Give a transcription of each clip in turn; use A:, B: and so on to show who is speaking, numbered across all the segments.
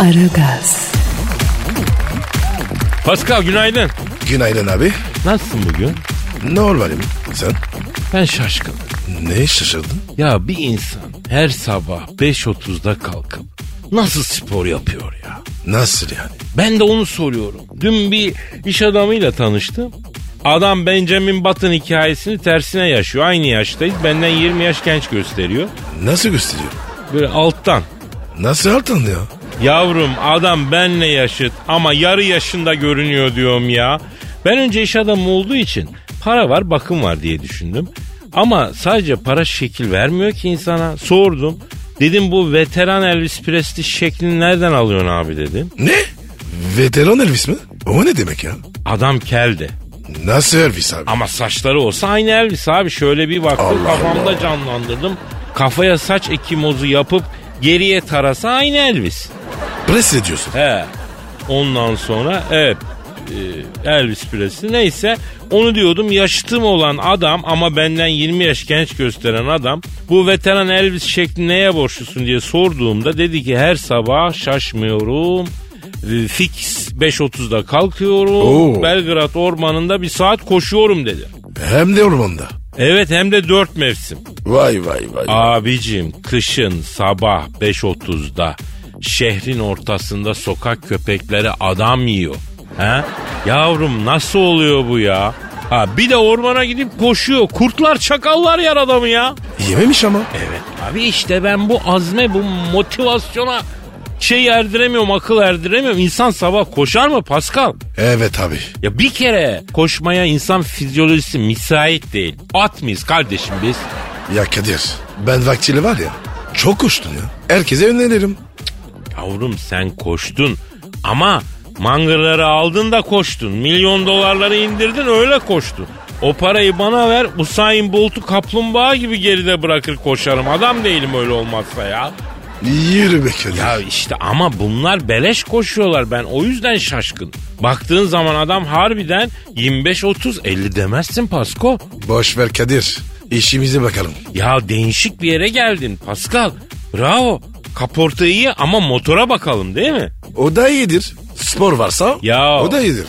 A: Aragaz,
B: Pascal günaydın.
C: Günaydın abi.
B: Nasılsın bugün?
C: Ne ol benim? Sen
B: Ben şaşkın.
C: ne şaşırdın?
B: Ya bir insan her sabah 5.30'da kalkıp nasıl spor yapıyor ya?
C: Nasıl yani?
B: Ben de onu soruyorum. Dün bir iş adamıyla tanıştım. Adam Benjamin Button hikayesini tersine yaşıyor. Aynı yaştayız. Benden 20 yaş genç gösteriyor.
C: Nasıl gösteriyor?
B: Böyle alttan.
C: Nasıl altın ya?
B: Yavrum adam benle yaşıt ama yarı yaşında görünüyor diyorum ya. Ben önce iş adamı olduğu için para var bakım var diye düşündüm. Ama sadece para şekil vermiyor ki insana. Sordum. Dedim bu veteran Elvis Presley şeklini nereden alıyorsun abi dedim.
C: Ne? Veteran Elvis mi? O ne demek ya?
B: Adam keldi.
C: Nasıl Elvis abi?
B: Ama saçları olsa aynı Elvis abi. Şöyle bir baktım
C: Allah
B: kafamda canlandırdım. Kafaya saç ekimozu yapıp geriye tarasa aynı Elvis.
C: Pres ediyorsun.
B: He. Ondan sonra evet e, Elvis Presley neyse onu diyordum yaşıtım olan adam ama benden 20 yaş genç gösteren adam bu veteran Elvis şekli neye borçlusun diye sorduğumda dedi ki her sabah şaşmıyorum E, fix 5.30'da kalkıyorum
C: Oo.
B: Belgrad ormanında bir saat koşuyorum dedi.
C: Hem de ormanda.
B: Evet hem de 4 mevsim.
C: Vay vay vay.
B: Abicim kışın sabah 5.30'da şehrin ortasında sokak köpekleri adam yiyor. He? Yavrum nasıl oluyor bu ya? Ha bir de ormana gidip koşuyor. Kurtlar çakallar yer adamı ya.
C: Yememiş ama.
B: Evet abi işte ben bu azme bu motivasyona şey erdiremiyorum akıl erdiremiyorum. İnsan sabah koşar mı Pascal?
C: Evet abi.
B: Ya bir kere koşmaya insan fizyolojisi müsait değil. At mıyız kardeşim biz?
C: Ya Kadir ben vaktiyle var ya çok uçtun ya. Herkese öneririm.
B: Yavrum sen koştun ama mangırları aldın da koştun. Milyon dolarları indirdin öyle koştun. O parayı bana ver Usain Bolt'u kaplumbağa gibi geride bırakır koşarım. Adam değilim öyle olmazsa ya.
C: Yürü be Kadir.
B: Ya işte ama bunlar beleş koşuyorlar ben o yüzden şaşkın. Baktığın zaman adam harbiden 25-30-50 demezsin Pasko.
C: Boş ver Kadir. İşimize bakalım.
B: Ya değişik bir yere geldin Pascal. Bravo. Kaporta iyi ama motora bakalım değil mi?
C: O da iyidir. Spor varsa
B: Ya.
C: o da iyidir.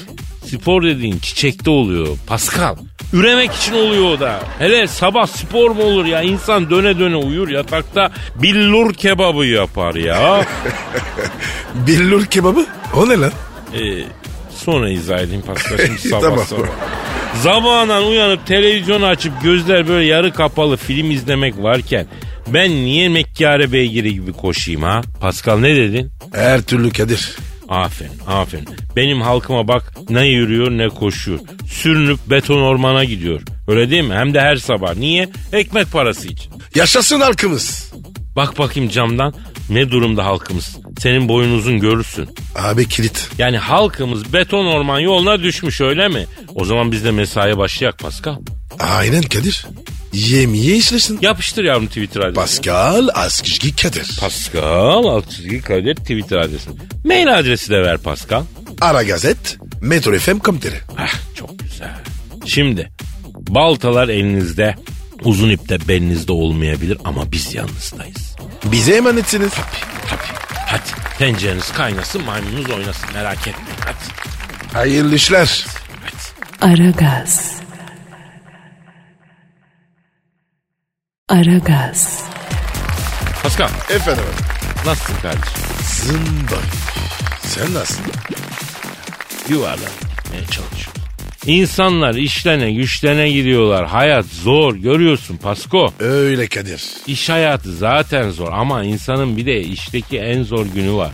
B: Spor dediğin çiçekte oluyor Pascal. Üremek için oluyor o da. Hele sabah spor mu olur ya? İnsan döne döne uyur yatakta billur kebabı yapar ya.
C: Billur kebabı o ne lan?
B: Ee, sonra izah edeyim Pascal şimdi sabah
C: Tamam.
B: sabah. Zamandan uyanıp televizyonu açıp gözler böyle yarı kapalı film izlemek varken ben niye Mekkare Beygiri gibi koşayım ha? Pascal ne dedin?
C: Her türlü Kadir.
B: Aferin aferin. Benim halkıma bak ne yürüyor ne koşuyor. Sürünüp beton ormana gidiyor. Öyle değil mi? Hem de her sabah. Niye? Ekmek parası için.
C: Yaşasın halkımız.
B: Bak bakayım camdan ne durumda halkımız. Senin boyun uzun görürsün.
C: Abi kilit.
B: Yani halkımız beton orman yoluna düşmüş öyle mi? O zaman biz de mesaiye başlayak Pascal.
C: Aynen Kadir. Yemeği işlesin.
B: Yapıştır yavrum Twitter adresini.
C: Pascal Askışki Kadir.
B: Pascal alt çizgi Kadir Twitter adresini. Mail adresi de ver Pascal.
C: Ara Gazet. Metro FM Komiteri.
B: Ah çok güzel. Şimdi baltalar elinizde, uzun ip de belinizde olmayabilir ama biz yalnızdayız.
C: Bize emanetsiniz.
B: Tabii. Hadi tencereniz kaynasın, maymununuz oynasın merak etmeyin. Hadi.
C: Hayırlı işler.
A: Aragaz. Aragaz,
B: Pascal
C: Efendim.
B: nasılsın kardeşim?
C: Zınday. Sen nasılsın?
B: Yuvarlanıp gitmeye çalışıyorum. İnsanlar işlene güçlene gidiyorlar. Hayat zor görüyorsun Pasko.
C: Öyle Kadir.
B: İş hayatı zaten zor ama insanın bir de işteki en zor günü var.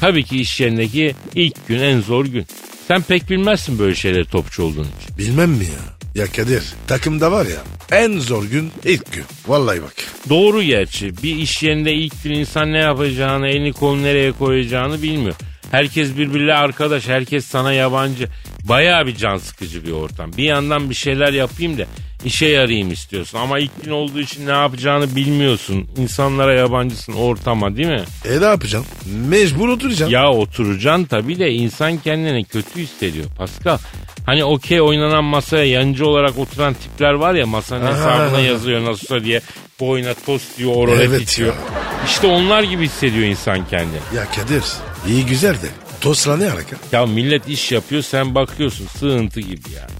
B: Tabii ki iş yerindeki ilk gün en zor gün. Sen pek bilmezsin böyle şeyleri topçu olduğun için.
C: Bilmem mi ya? Ya Kadir takımda var ya en zor gün ilk gün. Vallahi bak.
B: Doğru gerçi. Bir iş yerinde ilk gün insan ne yapacağını, elini kolunu nereye koyacağını bilmiyor. Herkes birbiriyle arkadaş, herkes sana yabancı. Bayağı bir can sıkıcı bir ortam. Bir yandan bir şeyler yapayım da işe yarayayım istiyorsun. Ama ilk gün olduğu için ne yapacağını bilmiyorsun. İnsanlara yabancısın ortama değil mi?
C: E ne yapacaksın? Mecbur oturacaksın.
B: Ya oturacaksın tabii de insan kendini kötü hissediyor Pascal. Hani okey oynanan masaya yancı olarak oturan tipler var ya masanın
C: Aha.
B: hesabına yazıyor nasılsa diye. Boyuna tost diyor, oraya
C: Evet
B: içiyor.
C: ya.
B: İşte onlar gibi hissediyor insan kendini.
C: Ya Kadir iyi güzel de tosla ne alaka?
B: Ya millet iş yapıyor sen bakıyorsun sığıntı gibi yani.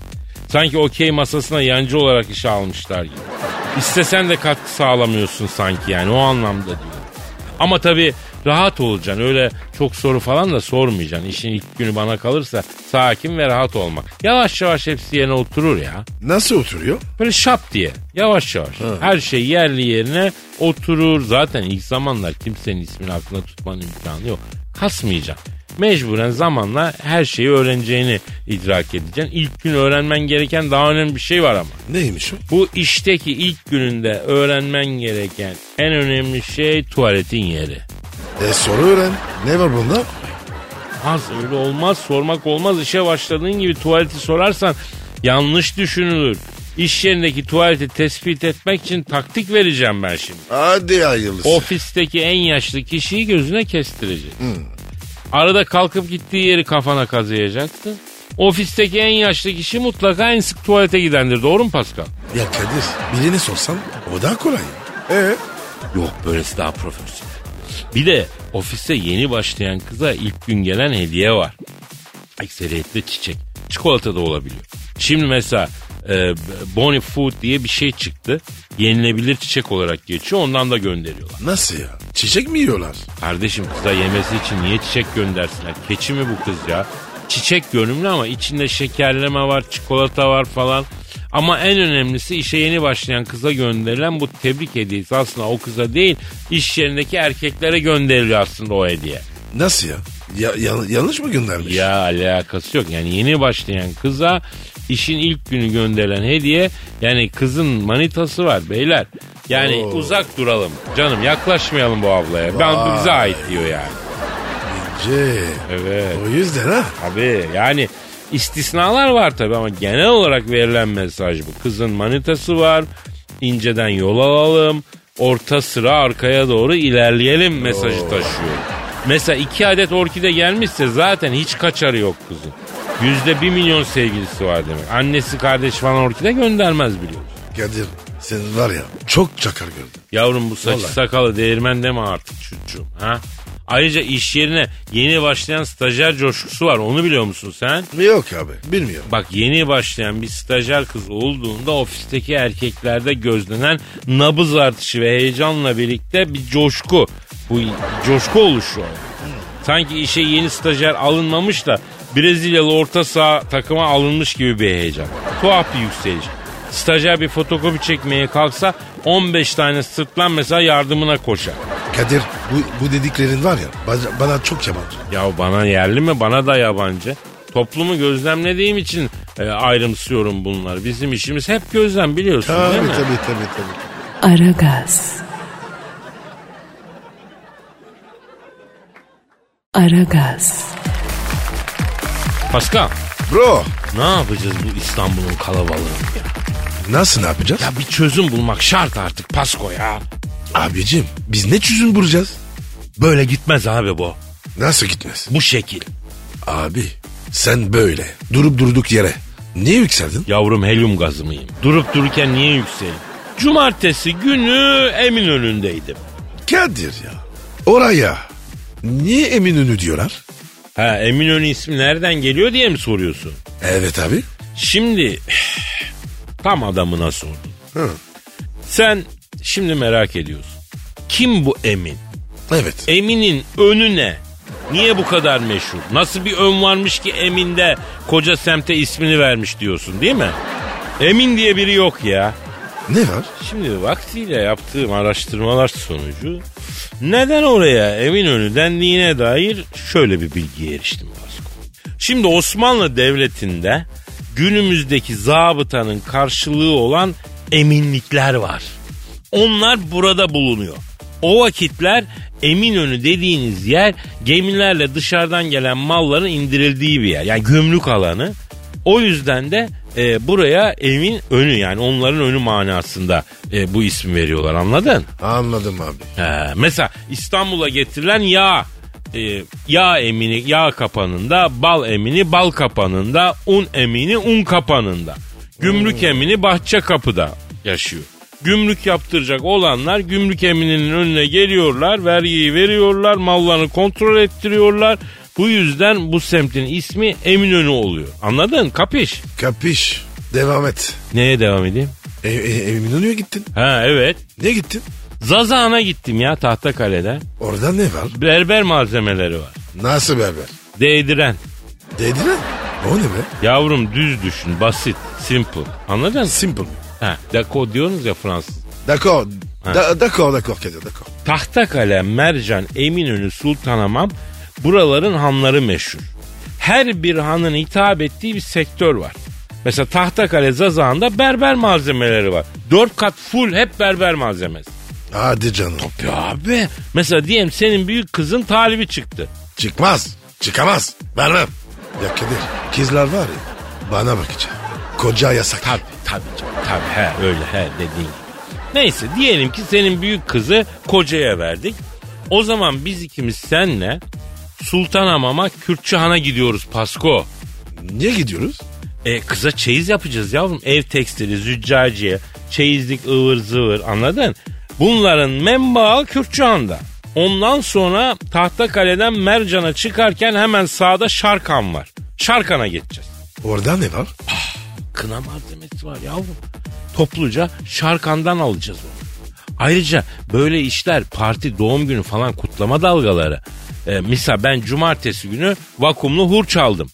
B: Sanki okey masasına yancı olarak işe almışlar gibi. İstesen de katkı sağlamıyorsun sanki yani o anlamda diyorum. Ama tabii rahat olacaksın öyle çok soru falan da sormayacaksın. İşin ilk günü bana kalırsa sakin ve rahat olmak. Yavaş yavaş hepsi yerine oturur ya.
C: Nasıl oturuyor?
B: Böyle şap diye yavaş yavaş her şey yerli yerine oturur. Zaten ilk zamanlar kimsenin ismini aklına tutmanın imkanı yok. Kasmayacaksın. Mecburen zamanla her şeyi öğreneceğini idrak edeceksin. İlk gün öğrenmen gereken daha önemli bir şey var ama.
C: Neymiş o?
B: Bu işteki ilk gününde öğrenmen gereken en önemli şey tuvaletin yeri.
C: E soru öğren. Ne var bunda?
B: Az öyle olmaz sormak olmaz işe başladığın gibi tuvaleti sorarsan yanlış düşünülür. İş yerindeki tuvaleti tespit etmek için taktik vereceğim ben şimdi.
C: Hadi hayırlısı.
B: Ofisteki en yaşlı kişiyi gözüne kestirecek. Arada kalkıp gittiği yeri kafana kazıyacaksın. Ofisteki en yaşlı kişi mutlaka en sık tuvalete gidendir. Doğru mu Pascal?
C: Ya Kadir birini sorsan o daha kolay. E
B: Yok böylesi daha profesyonel. Bir de ofise yeni başlayan kıza ilk gün gelen hediye var. Ekseriyette çiçek. Çikolata da olabiliyor. Şimdi mesela e, Bonnie Food diye bir şey çıktı. Yenilebilir çiçek olarak geçiyor. Ondan da gönderiyorlar.
C: nasıl ya? Çiçek mi yiyorlar?
B: Kardeşim kıza yemesi için niye çiçek göndersinler? Keçi mi bu kız ya? Çiçek görünümlü ama içinde şekerleme var, çikolata var falan. Ama en önemlisi işe yeni başlayan kıza gönderilen bu tebrik hediyesi aslında o kıza değil iş yerindeki erkeklere gönderiliyor aslında o hediye.
C: Nasıl ya? ya yan- yanlış mı göndermiş?
B: Ya alakası yok. Yani yeni başlayan kıza işin ilk günü gönderilen hediye yani kızın manitası var beyler. Yani
C: Oo.
B: uzak duralım canım yaklaşmayalım bu ablaya. Ben bu bize ait diyor yani.
C: C.
B: Evet.
C: O yüzden ha.
B: Tabii yani istisnalar var tabii ama genel olarak verilen mesaj bu. Kızın manitası var, inceden yol alalım, orta sıra arkaya doğru ilerleyelim mesajı taşıyor. Mesela iki adet orkide gelmişse zaten hiç kaçarı yok kızın. Yüzde bir milyon sevgilisi var demek. Annesi kardeş falan orkide göndermez biliyorsun.
C: Kadir sen var ya çok çakar gördün.
B: Yavrum bu saçı
C: Vallahi.
B: sakalı değirmen deme artık çocuğum ha. Ayrıca iş yerine yeni başlayan stajyer coşkusu var onu biliyor musun sen?
C: Yok abi bilmiyorum.
B: Bak yeni başlayan bir stajyer kız olduğunda ofisteki erkeklerde gözlenen nabız artışı ve heyecanla birlikte bir coşku. Bu coşku oluşuyor. Sanki işe yeni stajyer alınmamış da Brezilyalı orta saha takıma alınmış gibi bir heyecan. Tuhaf bir yükseliş. Stajyer bir fotokopi çekmeye kalksa 15 tane sırtlan mesela yardımına koşar.
C: Kadir bu, bu dediklerin var ya bana, bana çok yabancı.
B: Ya bana yerli mi bana da yabancı. Toplumu gözlemlediğim için e, ayrımsıyorum bunlar. Bizim işimiz hep gözlem biliyorsun değil
C: Tabii
B: mi?
C: tabii tabii tabii.
A: Aragaz. Aragaz.
B: Pascal
C: Bro
B: ne yapacağız bu İstanbul'un kalabalığını? ya?
C: nasıl ne yapacağız?
B: Ya bir çözüm bulmak şart artık Pasko ya.
C: Abicim biz ne çözüm bulacağız?
B: Böyle gitmez abi bu.
C: Nasıl gitmez?
B: Bu şekil.
C: Abi sen böyle durup durduk yere niye yükseldin?
B: Yavrum helyum gazı mıyım? Durup dururken niye yükseleyim? Cumartesi günü Eminönü'ndeydim.
C: Kadir ya oraya niye Eminönü diyorlar?
B: Ha Eminönü ismi nereden geliyor diye mi soruyorsun?
C: Evet abi.
B: Şimdi tam adamına sordum.
C: Hı.
B: Sen şimdi merak ediyorsun. Kim bu Emin?
C: Evet.
B: Emin'in önü ne? Niye bu kadar meşhur? Nasıl bir ön varmış ki Emin'de koca semte ismini vermiş diyorsun değil mi? Emin diye biri yok ya.
C: ne var?
B: Şimdi vaktiyle yaptığım araştırmalar sonucu neden oraya Eminönü dendiğine dair şöyle bir bilgiye eriştim Pasko. Şimdi Osmanlı Devleti'nde günümüzdeki zabıtanın karşılığı olan eminlikler var. Onlar burada bulunuyor. O vakitler Eminönü dediğiniz yer gemilerle dışarıdan gelen malların indirildiği bir yer. Yani gümrük alanı. O yüzden de e, buraya evin önü yani onların önü manasında e, bu ismi veriyorlar anladın?
C: Anladım abi.
B: He, mesela İstanbul'a getirilen yağ. e, yağ emini yağ kapanında, bal emini bal kapanında, un emini un kapanında. Gümrük emini bahçe kapıda yaşıyor. Gümrük yaptıracak olanlar gümrük emininin önüne geliyorlar, vergiyi veriyorlar, mallarını kontrol ettiriyorlar. Bu yüzden bu semtin ismi Eminönü oluyor. Anladın? Kapış.
C: Kapiş. Devam et.
B: Neye devam edeyim?
C: E, e, Eminönü'ye gittin.
B: Ha evet.
C: Niye gittin?
B: Zazağan'a gittim ya Tahtakale'de.
C: Orada ne var?
B: Berber malzemeleri var.
C: Nasıl berber?
B: Değdiren.
C: Dediler. O ne be?
B: Yavrum düz düşün, basit, simple. Anladın mı?
C: Simple.
B: Ha, dako diyorsunuz ya Fransız.
C: D'accord. Da, d'accord, d'accord, Kadir, d'accord.
B: Tahtakale, Mercan, Eminönü, Sultanamam buraların hanları meşhur. Her bir hanın hitap ettiği bir sektör var. Mesela Tahtakale Zazağı'nda berber malzemeleri var. Dört kat full hep berber malzemesi.
C: Hadi canım.
B: Ya abi mesela diyelim senin büyük kızın talibi çıktı.
C: Çıkmaz. Çıkamaz. Vermem. Ya Kadir, kızlar var ya. Bana bakacak. Koca yasak.
B: Tabii tabii canım, tabii he öyle he dediğin gibi. Neyse diyelim ki senin büyük kızı kocaya verdik. O zaman biz ikimiz senle Sultanamam'a Kürtçü Han'a gidiyoruz Pasko.
C: Niye gidiyoruz?
B: E kıza çeyiz yapacağız yavrum. Ev tekstili, züccaciye, çeyizlik ıvır zıvır anladın? Bunların menbaı Kürtçü Han'da. Ondan sonra Tahtakale'den Mercan'a çıkarken hemen sağda Şarkan var. Şarkan'a geçeceğiz
C: Orada ne var?
B: kına malzemesi var yavrum. Topluca Şarkan'dan alacağız onu. Ayrıca böyle işler parti doğum günü falan kutlama dalgaları. E, misal ben cumartesi günü vakumlu hur çaldım.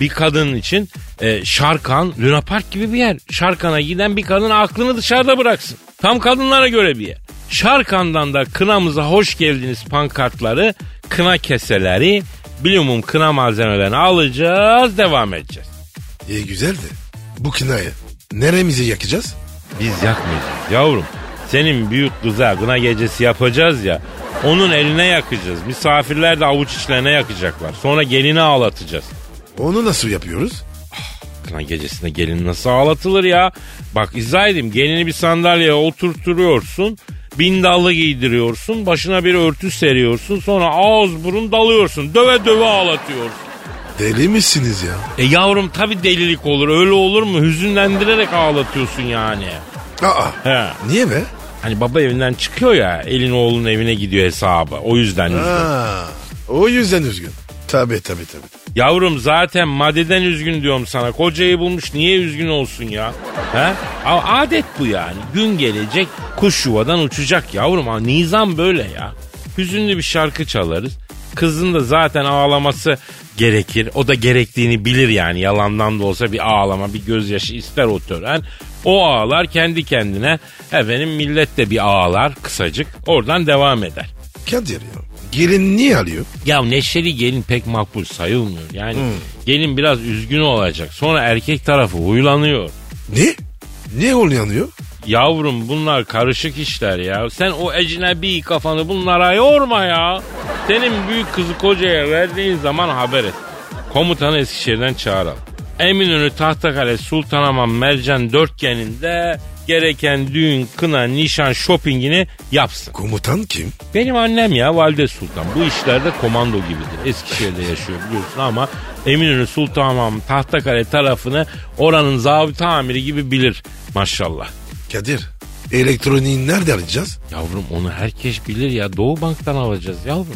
B: Bir kadın için e, Şarkan, Luna Park gibi bir yer. Şarkan'a giden bir kadın aklını dışarıda bıraksın. Tam kadınlara göre bir yer. Şarkan'dan da kınamıza hoş geldiniz pankartları, kına keseleri, bilumum kına malzemelerini alacağız, devam edeceğiz.
C: İyi güzel de. Bu kınayı neremizi yakacağız?
B: Biz yakmayacağız yavrum. Senin büyük kıza gına gecesi yapacağız ya. Onun eline yakacağız. Misafirler de avuç içlerine yakacaklar. Sonra gelini ağlatacağız.
C: Onu nasıl yapıyoruz?
B: Kına gecesinde gelin nasıl ağlatılır ya? Bak izah edeyim. Gelini bir sandalyeye oturturuyorsun. Bin dallı giydiriyorsun. Başına bir örtü seriyorsun. Sonra ağız burun dalıyorsun. Döve döve ağlatıyorsun.
C: Deli misiniz ya?
B: E yavrum tabi delilik olur. Öyle olur mu? Hüzünlendirerek ağlatıyorsun yani.
C: Aa.
B: He.
C: Niye be?
B: Hani baba evinden çıkıyor ya elin oğlunun evine gidiyor hesabı. O yüzden üzgün.
C: Ha. O yüzden üzgün. Tabii tabii tabii.
B: Yavrum zaten maddeden üzgün diyorum sana. Kocayı bulmuş niye üzgün olsun ya? He? A- Adet bu yani. Gün gelecek kuş yuvadan uçacak yavrum. Ha, nizam böyle ya. Hüzünlü bir şarkı çalarız. Kızın da zaten ağlaması gerekir. O da gerektiğini bilir yani. Yalandan da olsa bir ağlama, bir gözyaşı ister o tören. O ağlar kendi kendine. Efendim millet de bir ağlar kısacık. Oradan devam eder.
C: Kadir ya. Gelin niye alıyor?
B: Ya neşeli gelin pek makbul sayılmıyor. Yani gelin biraz üzgün olacak. Sonra erkek tarafı huylanıyor.
C: Ne? Niye onu yanıyor?
B: Yavrum bunlar karışık işler ya. Sen o ecnebi kafanı bunlara yorma ya. Senin büyük kızı kocaya verdiğin zaman haber et. Komutanı Eskişehir'den çağıralım. Eminönü Tahtakale Sultanamam Mercan dörtgeninde gereken düğün, kına, nişan, shoppingini yapsın.
C: Komutan kim?
B: Benim annem ya Valide Sultan. Bu işlerde komando gibidir. Eskişehir'de yaşıyor biliyorsun ama Eminönü Sultanahmet Tahtakale tarafını oranın zabıta amiri gibi bilir maşallah.
C: Kadir. Elektroniği nerede alacağız?
B: Yavrum onu herkes bilir ya Doğu Bank'tan alacağız yavrum.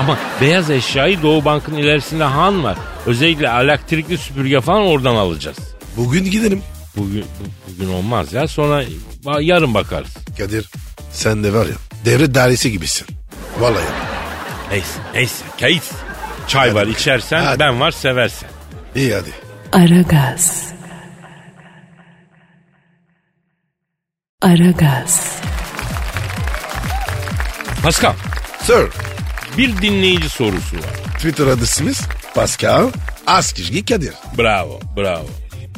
B: Ama beyaz eşyayı Doğu Bank'ın ilerisinde han var. Özellikle elektrikli süpürge falan oradan alacağız.
C: Bugün gidelim.
B: Bugün bu- bugün olmaz ya sonra ba- yarın bakarız.
C: Kadir. Sen de var ya. Devre dairesi gibisin. Vallahi.
B: Neyse neyse keyif. Çay var içersen
C: Hadi.
B: ben var seversen.
C: İyi hadi.
A: Aragaz. Aragaz.
B: Pascal
C: Sir.
B: Bir dinleyici sorusu var.
C: Twitter adresimiz Pascal Askizgi Kadir.
B: Bravo, bravo.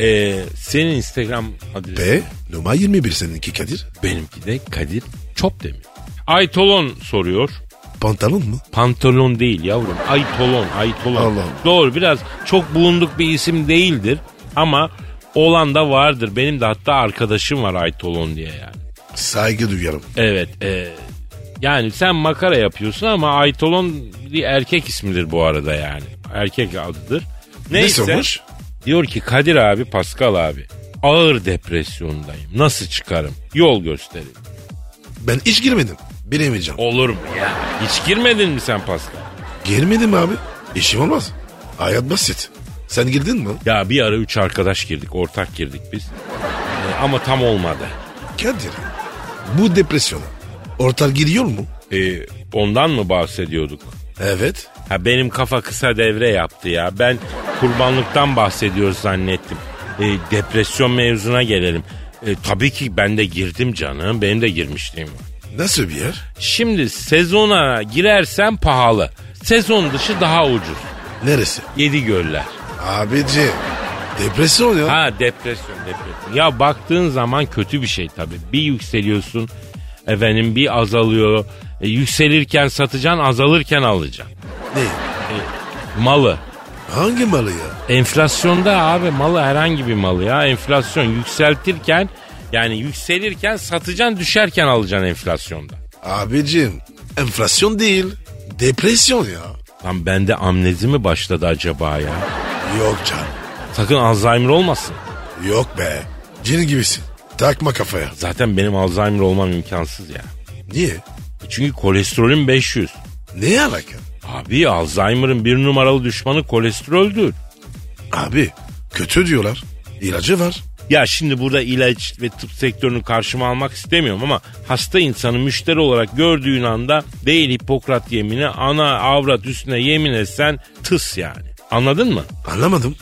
B: Ee, senin Instagram adresi.
C: P Numa 21 seninki Kadir.
B: Benimki de Kadir Çopdemir. Aytolon soruyor.
C: Pantolon mu?
B: Pantolon değil yavrum. Aytolon, aytolon.
C: Allah Allah.
B: Doğru biraz çok bulunduk bir isim değildir ama olan da vardır. Benim de hatta arkadaşım var aytolon diye yani.
C: Saygı duyarım.
B: Evet. e, yani sen makara yapıyorsun ama Aytolon bir erkek ismidir bu arada yani. Erkek adıdır. Neyse.
C: sormuş?
B: Diyor ki Kadir abi, Pascal abi. Ağır depresyondayım. Nasıl çıkarım? Yol gösterin.
C: Ben hiç girmedim. Bilemeyeceğim.
B: Olur mu ya? Hiç girmedin mi sen Pascal?
C: Girmedim abi. İşim olmaz. Hayat basit. Sen girdin mi?
B: Ya bir ara üç arkadaş girdik, ortak girdik biz. E, ama tam olmadı.
C: Kadir. Bu depresyona. Ortal giriyor mu?
B: E, ondan mı bahsediyorduk?
C: Evet.
B: Ha benim kafa kısa devre yaptı ya. Ben kurbanlıktan bahsediyoruz zannettim. E, depresyon mevzuna gelelim. E, tabii ki ben de girdim canım. Benim de girmişliğim var.
C: Nasıl bir yer?
B: Şimdi sezona girersen pahalı. Sezon dışı daha ucuz.
C: Neresi?
B: Yedi göller.
C: Abici. Depresyon ya.
B: Ha depresyon depresyon. Ya baktığın zaman kötü bir şey tabii. Bir yükseliyorsun efendim bir azalıyor. E, yükselirken satacaksın azalırken alacaksın.
C: Ne?
B: Malı.
C: Hangi malı ya?
B: Enflasyonda abi malı herhangi bir malı ya. Enflasyon yükseltirken yani yükselirken satacaksın düşerken alacaksın enflasyonda.
C: Abicim. Enflasyon değil. Depresyon ya.
B: Lan bende amnezi mi başladı acaba ya?
C: Yok can.
B: Sakın Alzheimer olmasın.
C: Yok be. Cin gibisin. Takma kafaya.
B: Zaten benim Alzheimer olmam imkansız ya. E
C: Niye?
B: Çünkü kolesterolüm 500.
C: Ne alaka?
B: Abi Alzheimer'ın bir numaralı düşmanı kolesteroldür.
C: Abi kötü diyorlar. İlacı var.
B: Ya şimdi burada ilaç ve tıp sektörünü karşıma almak istemiyorum ama hasta insanı müşteri olarak gördüğün anda değil Hipokrat yemini ana avrat üstüne yemin etsen tıs yani. Anladın mı?
C: Anlamadım.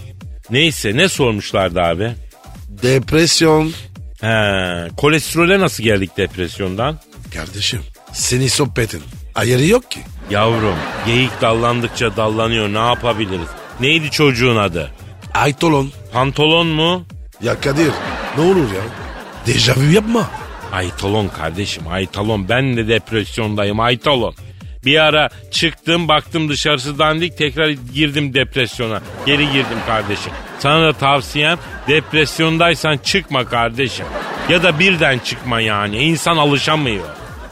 B: Neyse ne sormuşlardı abi?
C: Depresyon.
B: He, kolesterole nasıl geldik depresyondan?
C: Kardeşim seni sohbetin ayarı yok ki.
B: Yavrum geyik dallandıkça dallanıyor ne yapabiliriz? Neydi çocuğun adı?
C: Aytolon.
B: Pantolon mu?
C: Ya Kadir ne olur ya. Dejavu yapma.
B: Aytalon kardeşim aytalon ben de depresyondayım aytalon. Bir ara çıktım baktım dışarısı dandik tekrar girdim depresyona. Geri girdim kardeşim. Sana da tavsiyem depresyondaysan çıkma kardeşim. Ya da birden çıkma yani insan alışamıyor.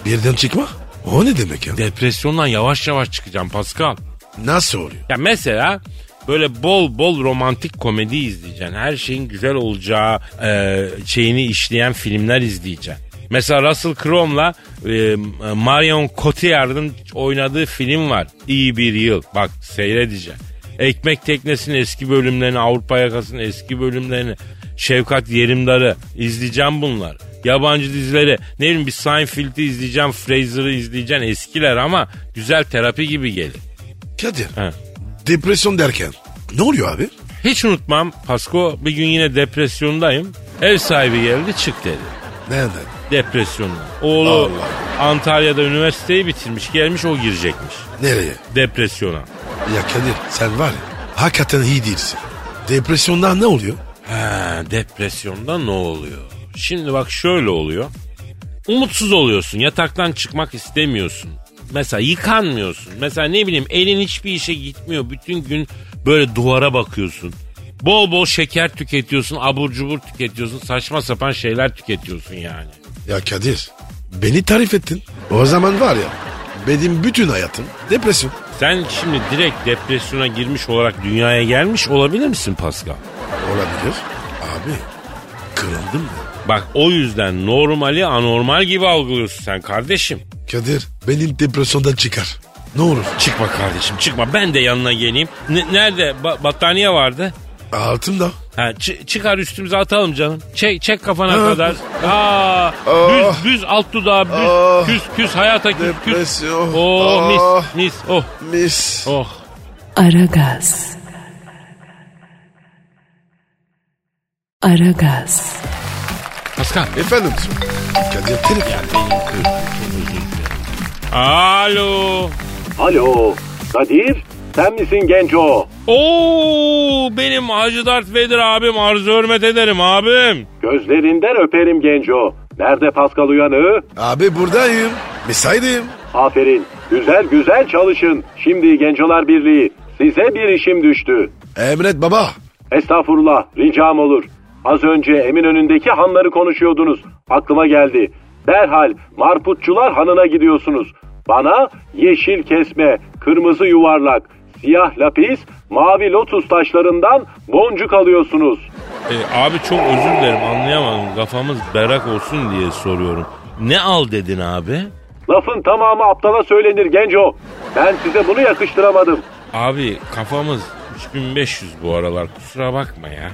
C: Birden çıkma. O ne demek ya?
B: Depresyondan yavaş yavaş çıkacağım Pascal.
C: Nasıl oluyor?
B: Ya mesela böyle bol bol romantik komedi izleyeceksin. Her şeyin güzel olacağı e, şeyini işleyen filmler izleyeceksin. Mesela Russell Crowe'la e, Marion Cotillard'ın oynadığı film var. İyi bir yıl. Bak seyredeceksin. Ekmek Teknesi'nin eski bölümlerini, Avrupa Yakası'nın eski bölümlerini, Şevkat Yerimdar'ı izleyeceğim bunlar. Yabancı dizileri, ne bileyim bir Seinfeld'i izleyeceğim, Fraser'ı izleyeceğim eskiler ama güzel terapi gibi gelir.
C: Kadir
B: He.
C: depresyon derken ne oluyor abi?
B: Hiç unutmam Pasko bir gün yine depresyondayım. Ev sahibi geldi çık dedi.
C: Nereden?
B: Depresyondan. Oğlu Antalya'da üniversiteyi bitirmiş gelmiş o girecekmiş.
C: Nereye?
B: Depresyona.
C: Ya Kadir sen var ya hakikaten iyi değilsin. Depresyondan ne oluyor?
B: Ha, depresyonda ne oluyor? Şimdi bak şöyle oluyor. Umutsuz oluyorsun. Yataktan çıkmak istemiyorsun. Mesela yıkanmıyorsun. Mesela ne bileyim elin hiçbir işe gitmiyor. Bütün gün böyle duvara bakıyorsun. Bol bol şeker tüketiyorsun. Abur cubur tüketiyorsun. Saçma sapan şeyler tüketiyorsun yani.
C: Ya Kadir beni tarif ettin. O zaman var ya benim bütün hayatım depresyon.
B: Sen şimdi direkt depresyona girmiş olarak dünyaya gelmiş olabilir misin Pascal?
C: Olabilir. Abi kırıldım ya.
B: Bak o yüzden normali anormal gibi algılıyorsun sen kardeşim.
C: Kadir benim depresyondan çıkar. Ne olur.
B: Çıkma kardeşim çıkma ben de yanına geleyim. Ne- nerede Ba- battaniye vardı?
C: Altımda.
B: Ha, çı- çıkar üstümüze atalım canım. Çek, çek kafana
C: Ah.
B: kadar. Aa,
C: Ah.
B: büz, büz alt dudağı büz.
C: Ah.
B: Küs küs hayata küs küs.
C: Depresyon.
B: Oh mis
C: Ah.
B: mis oh
C: Mis.
B: oh.
A: Aragaz. Aragaz.
B: Pascal.
C: Efendim. Kadir telefon.
B: Alo.
D: Alo, Kadir. Sen misin genç o?
B: Oo benim Hacı Dert Vedir abim arzu hürmet ederim abim.
D: Gözlerinden öperim genç o. Nerede Pascal uyanığı?
C: Abi buradayım. Misaydayım.
D: Aferin. Güzel güzel çalışın. Şimdi Gencolar Birliği. Size bir işim düştü.
C: Emret baba.
D: Estağfurullah. Ricam olur. Az önce Eminönü'ndeki hanları konuşuyordunuz. Aklıma geldi. Derhal Marputçular Hanı'na gidiyorsunuz. Bana yeşil kesme, kırmızı yuvarlak, siyah lapis, mavi lotus taşlarından boncuk alıyorsunuz.
B: E, abi çok özür dilerim anlayamadım kafamız berrak olsun diye soruyorum. Ne al dedin abi?
D: Lafın tamamı aptala söylenir genco. Ben size bunu yakıştıramadım.
B: Abi kafamız 3500 bu aralar kusura bakma ya.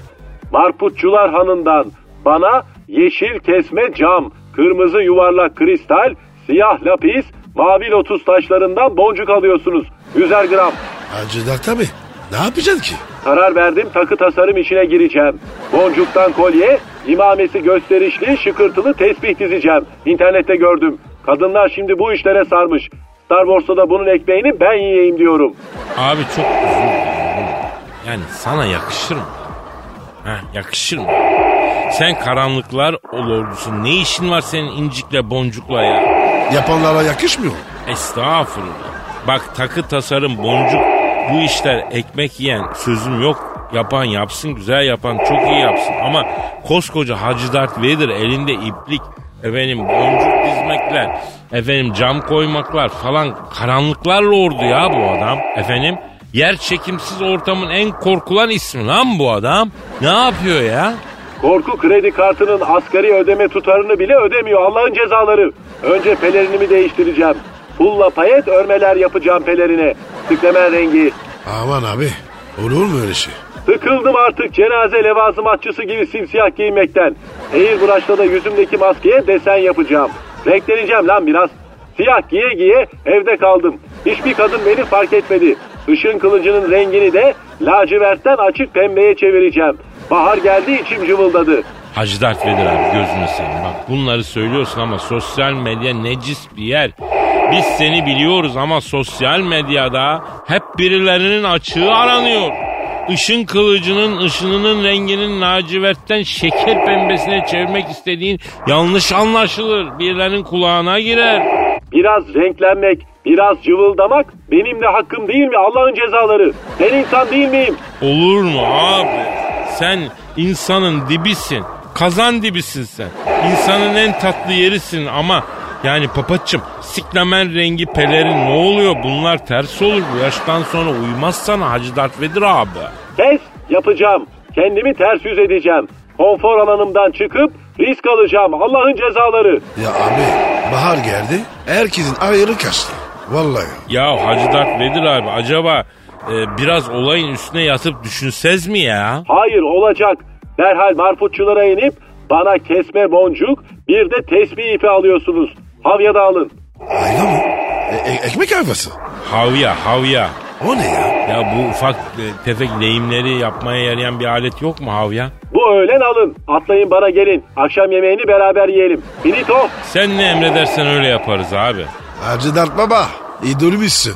D: Marputçular Hanı'ndan bana yeşil kesme cam, kırmızı yuvarlak kristal, siyah lapis, mavi lotus taşlarından boncuk alıyorsunuz. 100'er gram.
C: Hacı Dert abi. Ne yapacaksın ki?
D: Karar verdim takı tasarım işine gireceğim. Boncuktan kolye, imamesi gösterişli, şıkırtılı tesbih dizeceğim. İnternette gördüm. Kadınlar şimdi bu işlere sarmış. Star Wars'ta da bunun ekmeğini ben yiyeyim diyorum.
B: Abi çok özür dilerim. Yani sana yakışır mı? Ha, yakışır mı? Sen karanlıklar olursun. Ne işin var senin incikle boncukla ya?
C: Yapanlara yakışmıyor.
B: Estağfurullah. Bak takı tasarım boncuk bu işler ekmek yiyen sözüm yok. Yapan yapsın güzel yapan çok iyi yapsın ama koskoca Hacı Dert Vader elinde iplik efendim boncuk dizmekler efendim cam koymaklar falan karanlıklarla ordu ya bu adam efendim yer çekimsiz ortamın en korkulan ismi lan bu adam ne yapıyor ya?
D: Korku kredi kartının asgari ödeme tutarını bile ödemiyor Allah'ın cezaları. Önce pelerinimi değiştireceğim. Pulla payet örmeler yapacağım pelerine. Tıklemen rengi.
C: Aman abi. Olur mu öyle şey?
D: Sıkıldım artık cenaze levazımatçısı gibi simsiyah giyinmekten. Airbrush'ta da yüzümdeki maskeye desen yapacağım. Renkleneceğim lan biraz. Siyah giye giye evde kaldım. Hiçbir kadın beni fark etmedi. Işın kılıcının rengini de lacivertten açık pembeye çevireceğim. Bahar geldi içim cıvıldadı.
B: Hacı Dert Vedir abi gözünü seveyim. Bak bunları söylüyorsun ama sosyal medya necis bir yer. Biz seni biliyoruz ama sosyal medyada hep birilerinin açığı aranıyor. Işın kılıcının ışınının renginin lacivertten şeker pembesine çevirmek istediğin yanlış anlaşılır. Birilerinin kulağına girer.
D: Biraz renklenmek, biraz cıvıldamak benimle hakkım değil mi Allah'ın cezaları? Ben insan değil miyim?
B: Olur mu abi? Sen insanın dibisin. Kazan dibisin sen. İnsanın en tatlı yerisin ama yani papaçım siklamen rengi pelerin ne oluyor? Bunlar ters olur bu yaştan sonra uymazsan Hacı Dert Vedir abi.
D: Test yapacağım. Kendimi ters yüz edeceğim. Konfor alanımdan çıkıp risk alacağım. Allah'ın cezaları.
C: Ya abi. Bahar geldi. Herkesin ayarı kaçtı. Vallahi.
B: Ya Hacı Dert Vedir abi acaba e, biraz olayın üstüne yatıp düşünsez mi ya?
D: Hayır olacak. Derhal marputçulara inip bana kesme boncuk bir de tesbih ipi alıyorsunuz. Havya da alın.
C: Ayva mı? E- e- ekmek ayvası.
B: Havya havya.
C: O ne ya?
B: Ya bu ufak e, tefek lehimleri yapmaya yarayan bir alet yok mu havya?
D: Bu öğlen alın. Atlayın bana gelin. Akşam yemeğini beraber yiyelim. Finito.
B: Sen ne emredersen öyle yaparız abi.
C: Hacı Dert baba. İdolümüzsün.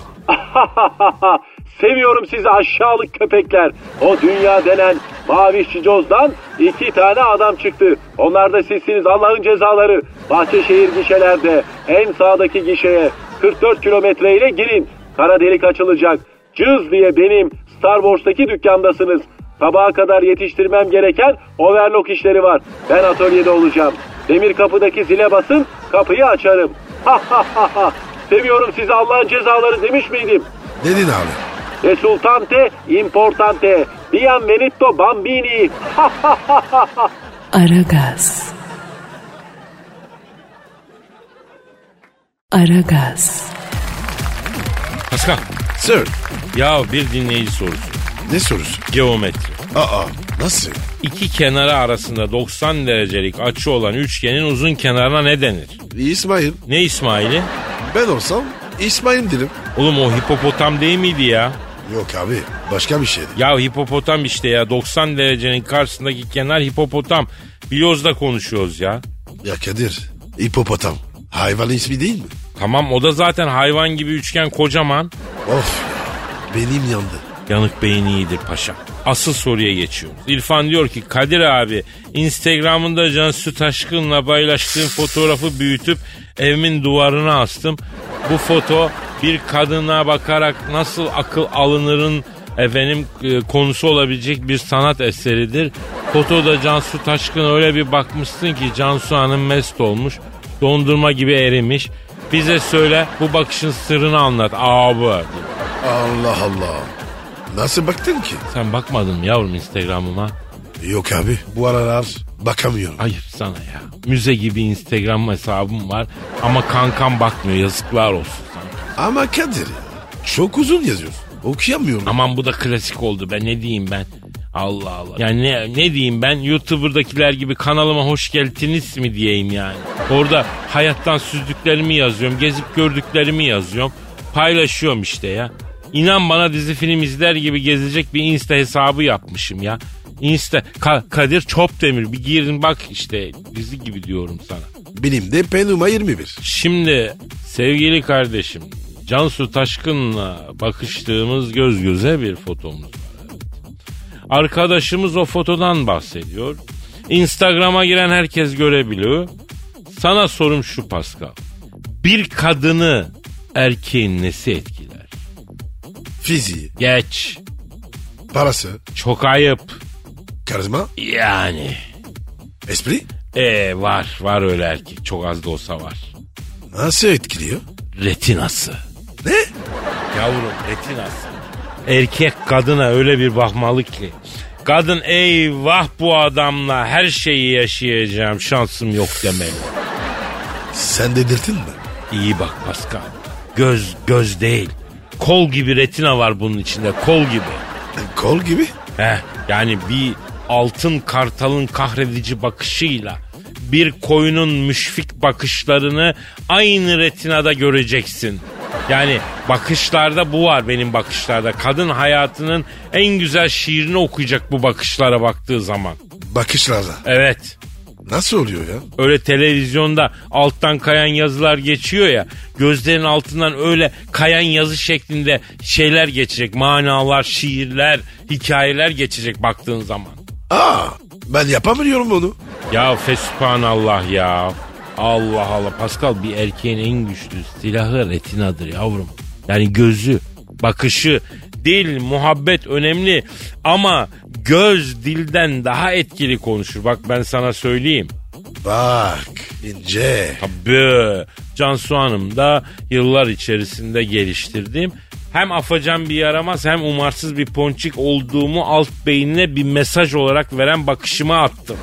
D: Seviyorum sizi aşağılık köpekler. O dünya denen mavi şicozdan iki tane adam çıktı. Onlar da sizsiniz Allah'ın cezaları. Bahçeşehir gişelerde en sağdaki gişeye 44 kilometre ile girin. Kara delik açılacak. Cız diye benim Star Wars'taki dükkandasınız. Sabaha kadar yetiştirmem gereken overlock işleri var. Ben atölyede olacağım. Demir kapıdaki zile basın kapıyı açarım. Ha ha ha ha. Seviyorum sizi Allah'ın cezaları demiş miydim?
C: Dedin abi.
D: Resultante importante. Bienvenuto bambini.
A: Aragaz. Aragaz.
B: Paskal.
C: Sir.
B: Ya bir dinleyici sorusu.
C: Ne sorusu?
B: Geometri.
C: Aa. Nasıl?
B: İki kenarı arasında 90 derecelik açı olan üçgenin uzun kenarına ne denir?
C: İsmail.
B: Ne İsmail'i?
C: Ben olsam İsmail derim.
B: Oğlum o hipopotam değil miydi ya?
C: Yok abi. Başka bir şey. şeydi.
B: Ya hipopotam işte ya 90 derecenin karşısındaki kenar hipopotam. Biliyoruz da konuşuyoruz ya.
C: Ya Kadir. Hipopotam. Hayvan ismi değil mi?
B: Tamam o da zaten hayvan gibi üçgen kocaman.
C: Of. Benim yandı.
B: Yanık beyin iyidir paşam. Asıl soruya geçiyoruz. İrfan diyor ki Kadir abi Instagram'ında Cansu Taşkın'la paylaştığım fotoğrafı büyütüp evimin duvarına astım. Bu foto bir kadına bakarak nasıl akıl alınırın efendim e, konusu olabilecek bir sanat eseridir. Fotoda Cansu Taşkın öyle bir bakmışsın ki Cansu Hanım mest olmuş. Dondurma gibi erimiş. Bize söyle bu bakışın sırrını anlat abi.
C: Allah Allah. Nasıl baktın ki?
B: Sen bakmadın mı yavrum Instagram'ıma?
C: Yok abi bu aralar bakamıyorum.
B: Ayıp sana ya. Müze gibi Instagram hesabım var ama kankam bakmıyor yazıklar olsun sana.
C: Ama Kadir ya, çok uzun yazıyorsun. Okuyamıyorum.
B: Aman bu da klasik oldu be ne diyeyim ben. Allah Allah. Yani ne, ne diyeyim ben YouTuber'dakiler gibi kanalıma hoş geldiniz mi diyeyim yani. Orada hayattan süzdüklerimi yazıyorum, gezip gördüklerimi yazıyorum. Paylaşıyorum işte ya. İnan bana dizi film izler gibi gezecek bir insta hesabı yapmışım ya. Insta Ka- Kadir Çopdemir bir girin bak işte dizi gibi diyorum sana.
C: Benim de penuma 21.
B: Şimdi sevgili kardeşim Cansu Taşkın'la bakıştığımız göz göze bir fotomuz var. Arkadaşımız o fotodan bahsediyor. Instagram'a giren herkes görebiliyor. Sana sorum şu Pascal. Bir kadını erkeğin nesi etkiler?
C: Fiziği,
B: Geç.
C: parası,
B: Çok ayıp.
C: karizma,
B: Yani.
C: espri
B: E var var öyle erkek. Çok az da olsa var.
C: nasıl etkiliyor?
B: Retinası.
C: Ne?
B: Yavrum retinası. Erkek kadına öyle bir bakmalı ki. Kadın eyvah bu adamla her şeyi yaşayacağım şansım yok demeli.
C: Sen dedirtin mi?
B: İyi bak Pascal. Göz göz değil. Kol gibi retina var bunun içinde kol gibi.
C: Kol gibi.
B: Heh, Eh, yani bir altın kartalın kahredici bakışıyla bir koyunun müşfik bakışlarını aynı retinada göreceksin. Yani bakışlarda bu var benim bakışlarda. Kadın hayatının en güzel şiirini okuyacak bu bakışlara baktığı zaman.
C: Bakışlarla.
B: Evet.
C: Nasıl oluyor ya?
B: Öyle televizyonda alttan kayan yazılar geçiyor ya. Gözlerin altından öyle kayan yazı şeklinde şeyler geçecek. Manalar, şiirler, hikayeler geçecek baktığın zaman.
C: Aa ben yapamıyorum onu.
B: Ya fesubhanallah ya. Allah Allah. Pascal bir erkeğin en güçlü silahı retinadır yavrum. Yani gözü, bakışı, dil, muhabbet önemli. Ama göz dilden daha etkili konuşur. Bak ben sana söyleyeyim.
C: Bak ince.
B: Tabii. Cansu Hanım da yıllar içerisinde geliştirdiğim hem afacan bir yaramaz hem umarsız bir ponçik olduğumu alt beynine bir mesaj olarak veren bakışıma attım.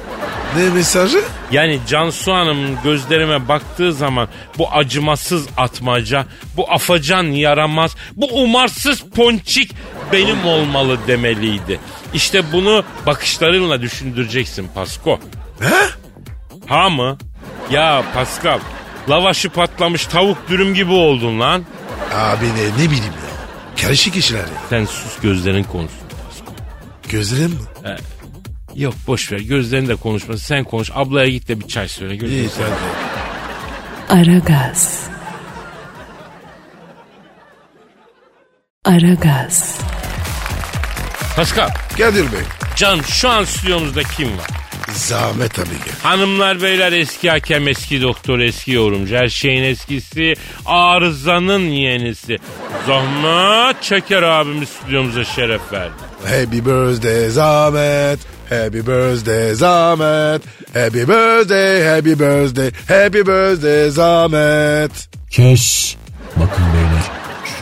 C: Ne mesajı?
B: Yani Cansu Hanım'ın gözlerime baktığı zaman bu acımasız atmaca, bu afacan yaramaz, bu umarsız ponçik benim olmalı demeliydi. İşte bunu bakışlarınla düşündüreceksin Pasko.
C: He?
B: Ha mı? Ya Pascal lavaşı patlamış tavuk dürüm gibi oldun lan.
C: Abi ne, ne bileyim ya. Karışık işler ya.
B: Sen sus gözlerin konuşsun.
C: Gözlerim mi?
B: Yok boş ver gözlerin de konuşmasın. Sen konuş ablaya git de bir çay söyle. Gözlerin-
C: İyi sen de.
A: Aragaz. Aragaz.
B: Pascal
C: Kadir Bey.
B: can şu an stüdyomuzda kim var?
C: Zahmet abi gel.
B: Hanımlar beyler eski hakem eski doktor eski yorumcu her şeyin eskisi arızanın yenisi. Zahmet Çeker abimiz stüdyomuza şeref verdi.
C: Happy birthday Zahmet. Happy birthday Zahmet. Happy birthday, happy birthday, happy birthday Zahmet.
E: Kes. Bakın beyler.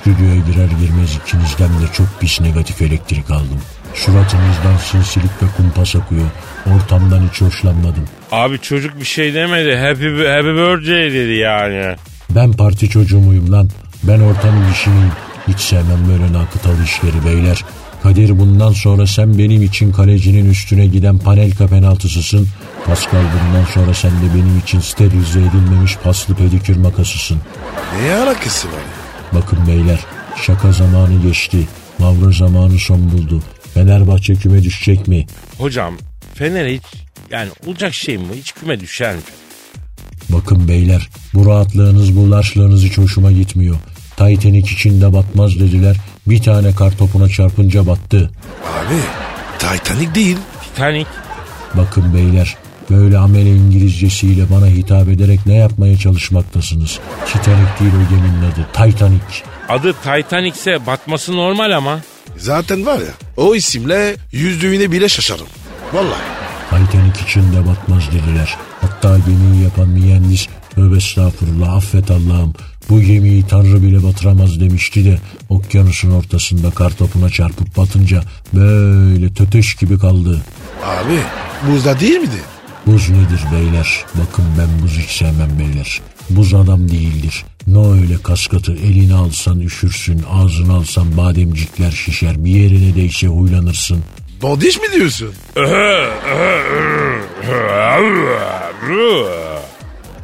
E: Stüdyoya girer girmez ikinizden de çok pis negatif elektrik aldım. Suratınızdan sinsilik ve kumpas akıyor. Ortamdan hiç hoşlanmadım.
B: Abi çocuk bir şey demedi. Happy, happy birthday dedi yani.
E: Ben parti çocuğu muyum lan? Ben ortamın işimiyim. Hiç sevmem böyle nakıtalı işleri beyler. Kadir bundan sonra sen benim için kalecinin üstüne giden panelka penaltısısın. Pascal bundan sonra sen de benim için sterilize edilmemiş paslı pedikür makasısın.
C: Ne alakası var ya?
E: Bakın beyler şaka zamanı geçti. Mavra zamanı son buldu. Fenerbahçe küme düşecek mi?
B: Hocam Fener'e hiç yani olacak şey mi? Hiç küme düşer mi?
E: Bakın beyler bu rahatlığınız bu laşlığınız hiç hoşuma gitmiyor. Titanic içinde batmaz dediler. Bir tane kar topuna çarpınca battı.
C: Abi Titanic değil.
B: Titanic.
E: Bakın beyler böyle amele İngilizcesiyle bana hitap ederek ne yapmaya çalışmaktasınız? Titanic değil o geminin adı. Titanic.
B: Adı Titanic ise batması normal ama.
C: Zaten var ya o isimle yüzdüğüne bile şaşarım. Vallahi.
E: Titanic içinde batmaz dediler. Hatta gemiyi yapan mühendis tövbe estağfurullah affet Allah'ım bu gemiyi tanrı bile batıramaz demişti de okyanusun ortasında kartopuna çarpıp batınca böyle töteş gibi kaldı.
C: Abi buzda değil miydi?
E: Buz nedir beyler? Bakın ben buz hiç sevmem beyler. Buz adam değildir. Ne öyle kaskatı eline alsan üşürsün, ağzına alsan bademcikler şişer, bir yerine değse huylanırsın.
C: Bodiş mi diyorsun?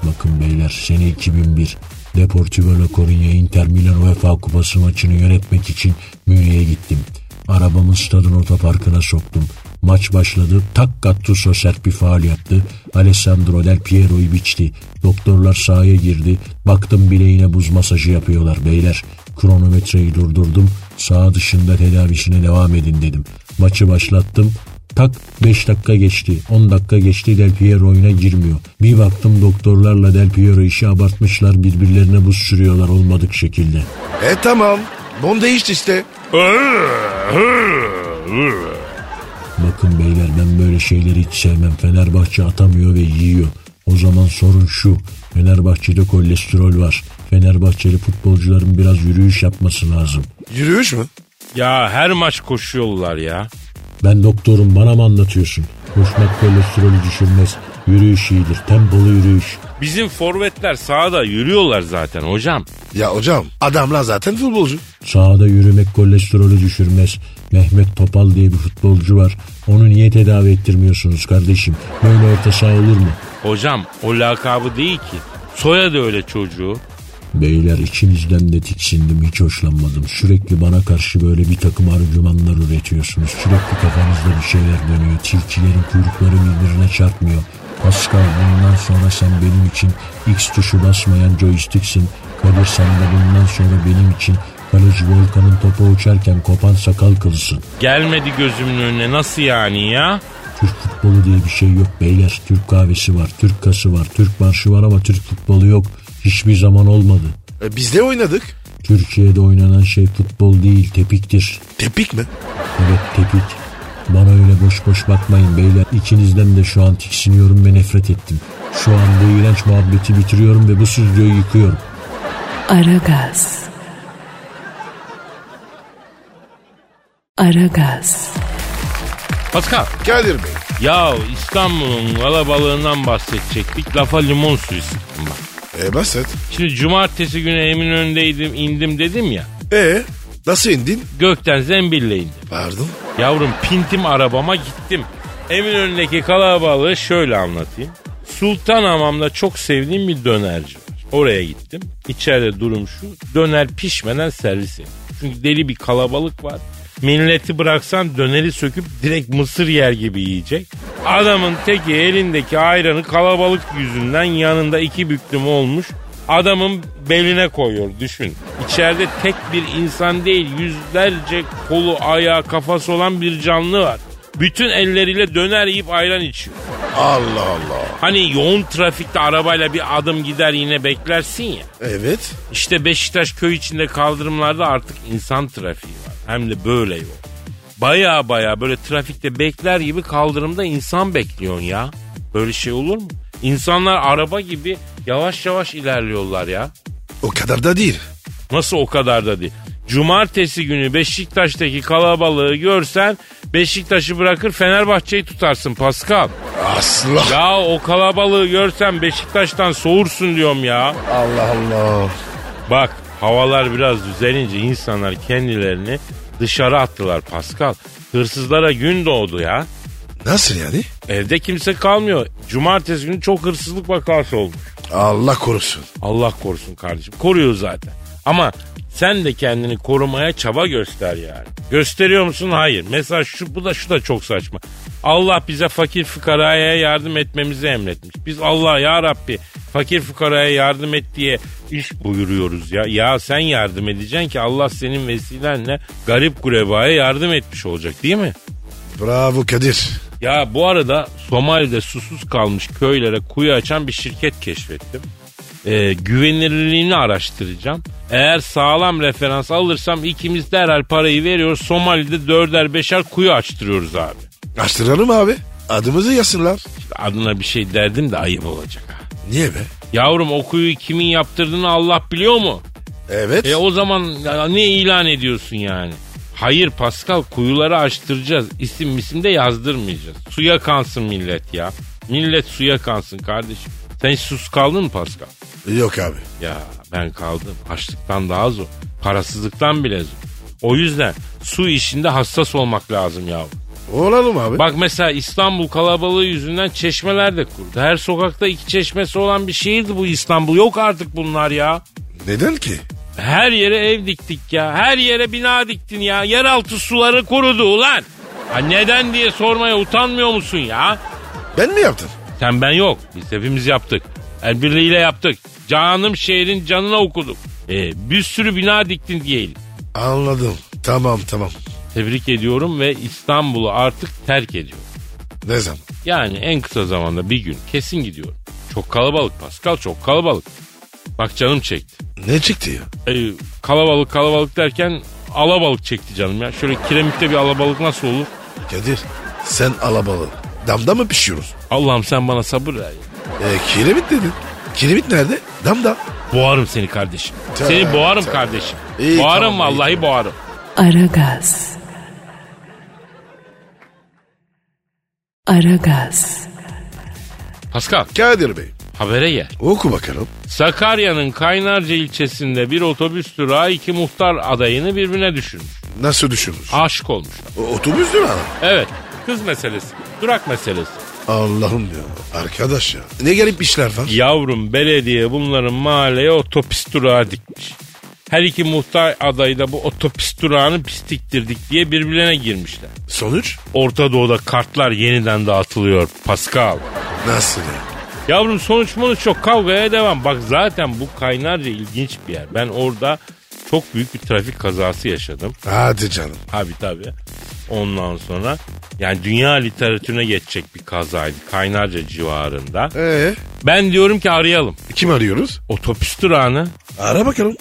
E: Bakın beyler sene 2001. Deportivo La Coruña Inter Milan UEFA Kupası maçını yönetmek için Münih'e gittim. Arabamı stadın otoparkına soktum. Maç başladı. Tak Gattuso sert bir faal yaptı. Alessandro Del Piero'yu biçti. Doktorlar sahaya girdi. Baktım bileğine buz masajı yapıyorlar beyler. Kronometreyi durdurdum. Sağ dışında tedavisine devam edin dedim. Maçı başlattım. Tak 5 dakika geçti. 10 dakika geçti Del Piero oyuna girmiyor. Bir baktım doktorlarla Del Piero işi abartmışlar birbirlerine buz sürüyorlar olmadık şekilde.
C: E tamam. Bon değişti işte.
E: Bakın beyler ben böyle şeyleri hiç sevmem. Fenerbahçe atamıyor ve yiyor. O zaman sorun şu. Fenerbahçe'de kolesterol var. Fenerbahçeli futbolcuların biraz yürüyüş yapması lazım.
C: Yürüyüş mü?
B: Ya her maç koşuyorlar ya.
E: Ben doktorum bana mı anlatıyorsun? Koşmak kolesterolü düşürmez. Yürüyüş iyidir. Tempolu yürüyüş.
B: Bizim forvetler sahada yürüyorlar zaten hocam.
C: Ya hocam adamlar zaten futbolcu.
E: Sahada yürümek kolesterolü düşürmez. Mehmet Topal diye bir futbolcu var. Onu niye tedavi ettirmiyorsunuz kardeşim? Böyle orta saha olur mu?
B: Hocam o lakabı değil ki. Soyadı öyle çocuğu.
E: Beyler içinizden de tiksindim hiç hoşlanmadım. Sürekli bana karşı böyle bir takım argümanlar üretiyorsunuz. Sürekli kafanızda bir şeyler dönüyor. Tilkilerin kuyrukları birbirine çarpmıyor. Pascal bundan sonra sen benim için X tuşu basmayan joysticksin. Kadir sen de bundan sonra benim için kaleci Volkan'ın topu uçarken kopan sakal kılısın.
B: Gelmedi gözümün önüne nasıl yani ya?
E: Türk futbolu diye bir şey yok beyler. Türk kahvesi var, Türk kası var, Türk marşı var ama Türk futbolu yok. Hiçbir zaman olmadı.
C: E, biz de oynadık.
E: Türkiye'de oynanan şey futbol değil tepiktir.
C: Tepik mi?
E: Evet tepik. Bana öyle boş boş bakmayın beyler. İkinizden de şu an tiksiniyorum ve nefret ettim. Şu an bu iğrenç muhabbeti bitiriyorum ve bu stüdyoyu yıkıyorum.
A: Aragaz. Aragaz.
B: Pascal.
C: Kadir Bey.
B: Ya İstanbul'un kalabalığından bahsedecektik. Lafa limon suyu sıktım bak.
C: E basit.
B: Şimdi cumartesi günü Eminönü'ndeydim indim dedim ya.
C: E nasıl indin?
B: Gökten zembille indim.
C: Pardon.
B: Yavrum pintim arabama gittim. Eminönü'ndeki kalabalığı şöyle anlatayım. Sultan Hamam'da çok sevdiğim bir dönerci var. Oraya gittim. İçeride durum şu. Döner pişmeden servis ediyor. Çünkü deli bir kalabalık var. Milleti bıraksan döneri söküp direkt mısır yer gibi yiyecek. Adamın teki elindeki ayranı kalabalık yüzünden yanında iki büklüm olmuş. Adamın beline koyuyor düşün. İçeride tek bir insan değil yüzlerce kolu ayağı kafası olan bir canlı var. Bütün elleriyle döner yiyip ayran içiyor.
C: Allah Allah.
B: Hani yoğun trafikte arabayla bir adım gider yine beklersin ya.
C: Evet.
B: İşte Beşiktaş köy içinde kaldırımlarda artık insan trafiği var. Hem de böyle yol. Baya baya böyle trafikte bekler gibi kaldırımda insan bekliyorsun ya. Böyle şey olur mu? İnsanlar araba gibi yavaş yavaş ilerliyorlar ya.
C: O kadar da değil.
B: Nasıl o kadar da değil. Cumartesi günü Beşiktaş'taki kalabalığı görsen Beşiktaş'ı bırakır Fenerbahçe'yi tutarsın Pascal.
C: Asla.
B: Ya o kalabalığı görsen Beşiktaş'tan soğursun diyorum ya.
C: Allah Allah.
B: Bak havalar biraz düzelince insanlar kendilerini dışarı attılar Pascal. Hırsızlara gün doğdu ya.
C: Nasıl yani?
B: Evde kimse kalmıyor. Cumartesi günü çok hırsızlık vakası olmuş.
C: Allah korusun.
B: Allah korusun kardeşim. Koruyor zaten. Ama Sen de kendini korumaya çaba göster yani. Gösteriyor musun? Hayır. Mesela şu bu da şu da çok saçma. Allah bize fakir fukaraya yardım etmemizi emretmiş. Biz Allah ya Rabbi fakir fukaraya yardım et diye iş buyuruyoruz ya. Ya sen yardım edeceksin ki Allah senin vesilenle garip gurebaya yardım etmiş olacak değil mi?
C: Bravo Kadir.
B: Ya bu arada Somali'de susuz kalmış köylere kuyu açan bir şirket keşfettim. Ee, güvenilirliğini araştıracağım. Eğer sağlam referans alırsam ikimiz derhal parayı veriyoruz. Somali'de dörder beşer kuyu açtırıyoruz abi.
C: Açtıralım abi. Adımızı yazsınlar.
B: Adına bir şey derdim de ayıp olacak. ha.
C: Niye be?
B: Yavrum o kuyuyu kimin yaptırdığını Allah biliyor mu?
C: Evet.
B: E o zaman ya ne ilan ediyorsun yani? Hayır Pascal kuyuları açtıracağız. İsim isim de yazdırmayacağız. Suya kansın millet ya. Millet suya kansın kardeşim. Sen hiç sus kaldın mı Pascal?
C: Yok abi.
B: Ya ben kaldım. Açlıktan daha zor. Parasızlıktan bile zor. O yüzden su işinde hassas olmak lazım yavrum.
C: Olalım abi.
B: Bak mesela İstanbul kalabalığı yüzünden çeşmeler de kurdu. Her sokakta iki çeşmesi olan bir şehirdi bu İstanbul. Yok artık bunlar ya.
C: Neden ki?
B: Her yere ev diktik ya. Her yere bina diktin ya. Yeraltı suları kurudu ulan. Ha neden diye sormaya utanmıyor musun ya?
C: Ben mi yaptım?
B: Sen ben yok. Biz hepimiz yaptık. El birliğiyle yaptık. Canım şehrin canına okuduk. E, bir sürü bina diktin diyelim.
C: Anladım. Tamam tamam.
B: Tebrik ediyorum ve İstanbul'u artık terk ediyorum.
C: Ne zaman?
B: Yani en kısa zamanda bir gün kesin gidiyorum. Çok kalabalık Pascal çok kalabalık. Bak canım çekti.
C: Ne çıktı ya?
B: E, kalabalık kalabalık derken alabalık çekti canım ya. Şöyle kiremitte bir alabalık nasıl olur?
C: Kadir sen alabalı. Damda mı pişiyoruz?
B: Allah'ım sen bana sabır ver. ya.
C: E, kiremit dedin. Kiremit nerede? Damda.
B: Boğarım seni kardeşim.
C: Tövbe,
B: seni boğarım
C: tövbe.
B: kardeşim.
C: İyi,
B: boğarım
C: tamam, iyi,
B: vallahi boğarım.
A: Aragaz. Aragaz.
B: Pascal
C: Kadir Bey
B: habere gel.
C: oku bakalım.
B: Sakarya'nın Kaynarca ilçesinde bir otobüs durağı iki muhtar adayını birbirine düşürmüş.
C: Nasıl düşünür?
B: Aşık olmuş.
C: O, otobüs değil mi abi?
B: Evet kız meselesi, durak meselesi.
C: Allah'ım ya. Arkadaş ya. Ne garip işler var.
B: Yavrum belediye bunların mahalleye otopis durağı dikmiş. Her iki muhtar adayı da bu otopis durağını biz diktirdik diye birbirine girmişler.
C: Sonuç?
B: Orta Doğu'da kartlar yeniden dağıtılıyor Pascal.
C: Nasıl ya?
B: Yavrum sonuç monuç çok kavgaya devam. Bak zaten bu kaynarca ilginç bir yer. Ben orada çok büyük bir trafik kazası yaşadım.
C: Hadi canım.
B: Abi tabii. Ondan sonra yani dünya literatürüne geçecek bir kazaydı Kaynarca civarında.
C: Ee,
B: Ben diyorum ki arayalım.
C: kim arıyoruz?
B: Otobüs durağını
C: Ara bakalım.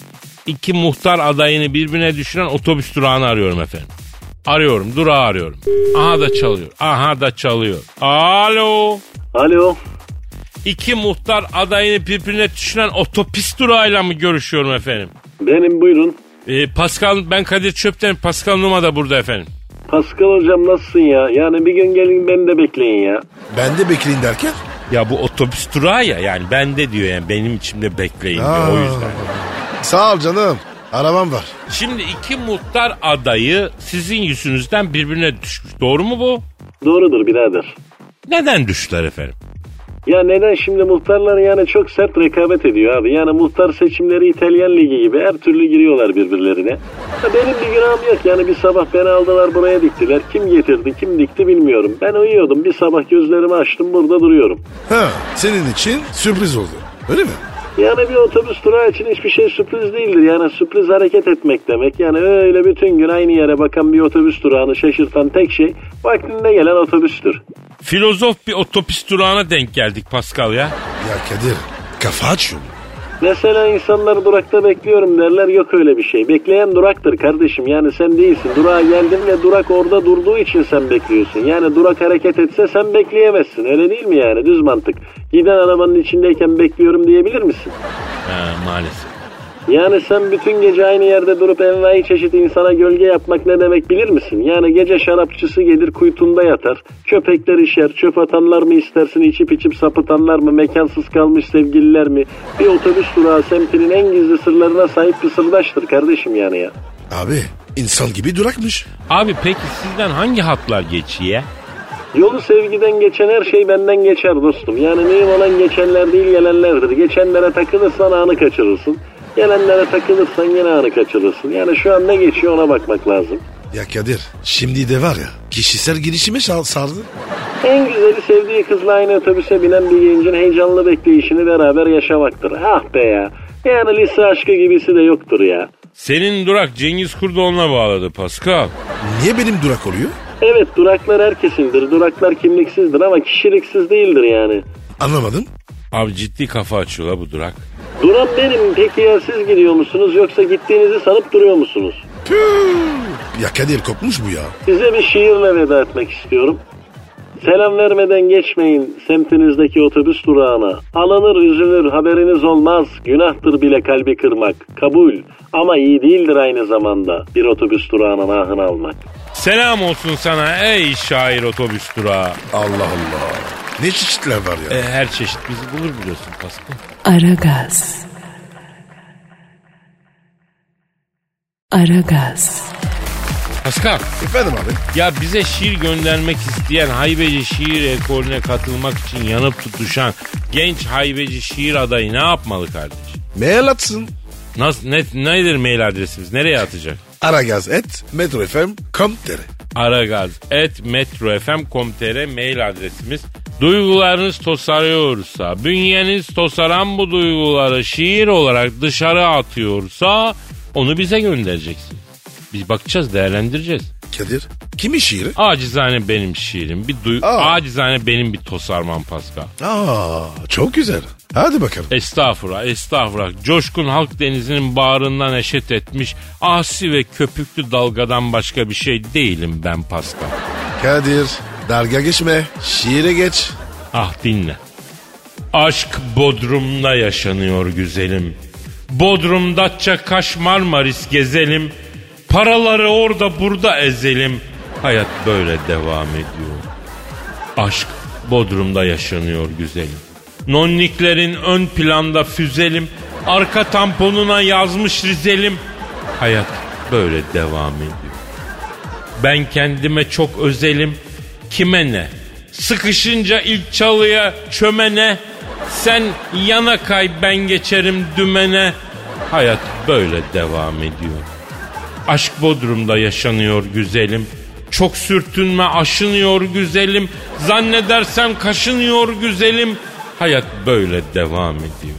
B: iki muhtar adayını birbirine düşüren otobüs durağını arıyorum efendim. Arıyorum durağı arıyorum. Aha da çalıyor. Aha da çalıyor. Alo.
D: Alo.
B: İki muhtar adayını birbirine düşüren otopis durağıyla mı görüşüyorum efendim?
D: Benim buyurun.
B: Ee, Pascal ben Kadir Çöpten Pascal Numa da burada efendim.
D: Pascal hocam nasılsın ya? Yani bir gün gelin beni de bekleyin ya.
C: Ben de bekleyin derken.
B: Ya bu otobüs durağı ya yani bende diyor yani benim içimde bekleyin diyor
C: Aa.
B: o yüzden.
C: Sağ ol canım. Arabam var.
B: Şimdi iki muhtar adayı sizin yüzünüzden birbirine düşmüş. Doğru mu bu?
D: Doğrudur birader.
B: Neden düştüler efendim?
D: Ya neden şimdi muhtarlar yani çok sert rekabet ediyor abi. Yani muhtar seçimleri İtalyan ligi gibi her türlü giriyorlar birbirlerine. Ya benim bir günahım yok yani bir sabah beni aldılar buraya diktiler. Kim getirdi kim dikti bilmiyorum. Ben uyuyordum bir sabah gözlerimi açtım burada duruyorum.
C: Ha, senin için sürpriz oldu. Öyle mi?
D: Yani bir otobüs durağı için hiçbir şey sürpriz değildir. Yani sürpriz hareket etmek demek. Yani öyle bütün gün aynı yere bakan bir otobüs durağını şaşırtan tek şey vaktinde gelen otobüstür.
B: Filozof bir otopis durağına denk geldik Pascal ya.
C: Ya Kadir kafa aç şunu.
D: Mesela insanlar durakta bekliyorum derler yok öyle bir şey. Bekleyen duraktır kardeşim yani sen değilsin. Durağa geldin ve durak orada durduğu için sen bekliyorsun. Yani durak hareket etse sen bekleyemezsin öyle değil mi yani düz mantık. Giden arabanın içindeyken bekliyorum diyebilir misin?
B: Ha, maalesef.
D: Yani sen bütün gece aynı yerde durup envai çeşit insana gölge yapmak ne demek bilir misin? Yani gece şarapçısı gelir kuytunda yatar. Köpekler işer. Çöp atanlar mı istersin? içip içip sapıtanlar mı? Mekansız kalmış sevgililer mi? Bir otobüs durağı semtinin en gizli sırlarına sahip bir sırdaştır kardeşim yani ya.
C: Abi insan gibi durakmış.
B: Abi peki sizden hangi hatlar geçiyor?
D: Yolu sevgiden geçen her şey benden geçer dostum. Yani mühim olan geçenler değil gelenlerdir. Geçenlere takılırsan anı kaçırırsın. Gelenlere takılırsan gene anı kaçırırsın. Yani şu an ne geçiyor ona bakmak lazım.
C: Ya Kadir şimdi de var ya kişisel girişime şa- sardı.
D: En güzeli sevdiği kızla aynı otobüse binen bir gencin heyecanlı bekleyişini beraber yaşamaktır. Ah be ya. Yani lise aşkı gibisi de yoktur ya.
B: Senin durak Cengiz Kurdoğlu'na bağladı Pascal.
C: Niye benim durak oluyor?
D: Evet duraklar herkesindir. Duraklar kimliksizdir ama kişiliksiz değildir yani.
C: Anlamadım.
B: Abi ciddi kafa açıyor la bu durak.
D: Duran benim. Peki ya siz gidiyor musunuz yoksa gittiğinizi sanıp duruyor musunuz?
C: Ya Kadir kopmuş bu ya.
D: Size bir şiirle veda etmek istiyorum. Selam vermeden geçmeyin semtinizdeki otobüs durağına. Alınır üzülür haberiniz olmaz. Günahtır bile kalbi kırmak. Kabul. Ama iyi değildir aynı zamanda bir otobüs durağına nahın almak.
B: Selam olsun sana ey şair otobüs durağı.
C: Allah Allah. Ne çeşitler var ya.
B: E, her çeşit bizi bulur biliyorsun Pascal.
A: Aragaz. Aragaz.
B: Pascal
C: Efendim abi.
B: ya bize şiir göndermek isteyen haybeci şiir ekolüne katılmak için yanıp tutuşan genç haybeci şiir adayı ne yapmalı kardeşim?
C: Mail atsın.
B: Nasıl, ne, nedir mail adresimiz? Nereye atacak?
C: Aragaz et metrofm.com.tr
B: aragaz.metrofm.com.tr mail adresimiz. Duygularınız tosarıyorsa, bünyeniz tosaran bu duyguları şiir olarak dışarı atıyorsa onu bize göndereceksin. Biz bakacağız, değerlendireceğiz.
C: Kadir kimin şiiri?
B: Acizane benim şiirim. Bir duy
C: Aa.
B: acizane benim bir tosarmam Pascal.
C: Aa çok güzel. Hadi bakalım.
B: Estağfurullah, estağfurullah. Coşkun halk denizinin bağrından eşet etmiş asi ve köpüklü dalgadan başka bir şey değilim ben Pascal.
C: Kadir dalga geçme. Şiire geç.
B: Ah dinle. Aşk Bodrum'da yaşanıyor güzelim. Bodrum, Datça, Kaş, Marmaris gezelim. Paraları orada burada ezelim. Hayat böyle devam ediyor. Aşk Bodrum'da yaşanıyor güzelim. Nonniklerin ön planda füzelim. Arka tamponuna yazmış Rizelim. Hayat böyle devam ediyor. Ben kendime çok özelim. Kime ne? Sıkışınca ilk çalıya çömene. Sen yana kay ben geçerim dümene. Hayat böyle devam ediyor. Aşk Bodrum'da yaşanıyor güzelim. Çok sürtünme aşınıyor güzelim. Zannedersem kaşınıyor güzelim. Hayat böyle devam ediyor.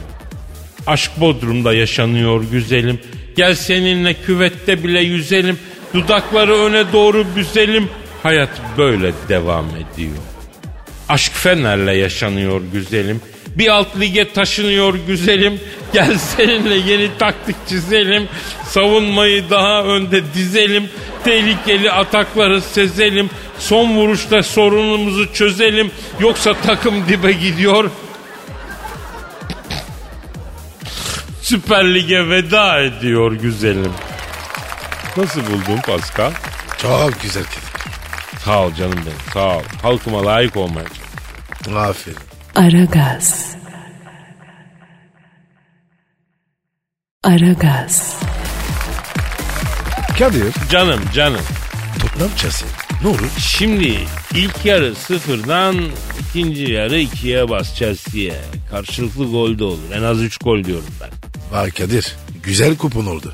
B: Aşk Bodrum'da yaşanıyor güzelim. Gel seninle küvette bile yüzelim. Dudakları öne doğru büzelim. Hayat böyle devam ediyor. Aşk Fener'le yaşanıyor güzelim. Bir alt lige taşınıyor güzelim. Gel seninle yeni taktik çizelim. Savunmayı daha önde dizelim. Tehlikeli atakları sezelim. Son vuruşta sorunumuzu çözelim. Yoksa takım dibe gidiyor. Süper Lig'e veda ediyor güzelim. Nasıl buldun Pascal?
C: Çok güzel Kadir.
B: Sağ ol canım benim sağ ol. Halkıma layık olmaya
C: Aferin.
A: Aragaz. Aragaz.
C: Kadir
B: Canım canım.
C: Tottenham Chelsea. Ne olur?
B: Şimdi ilk yarı sıfırdan ikinci yarı ikiye bas Chelsea'ye. Karşılıklı gol de olur. En az üç gol diyorum ben.
C: Vay Kadir. Güzel kupon oldu.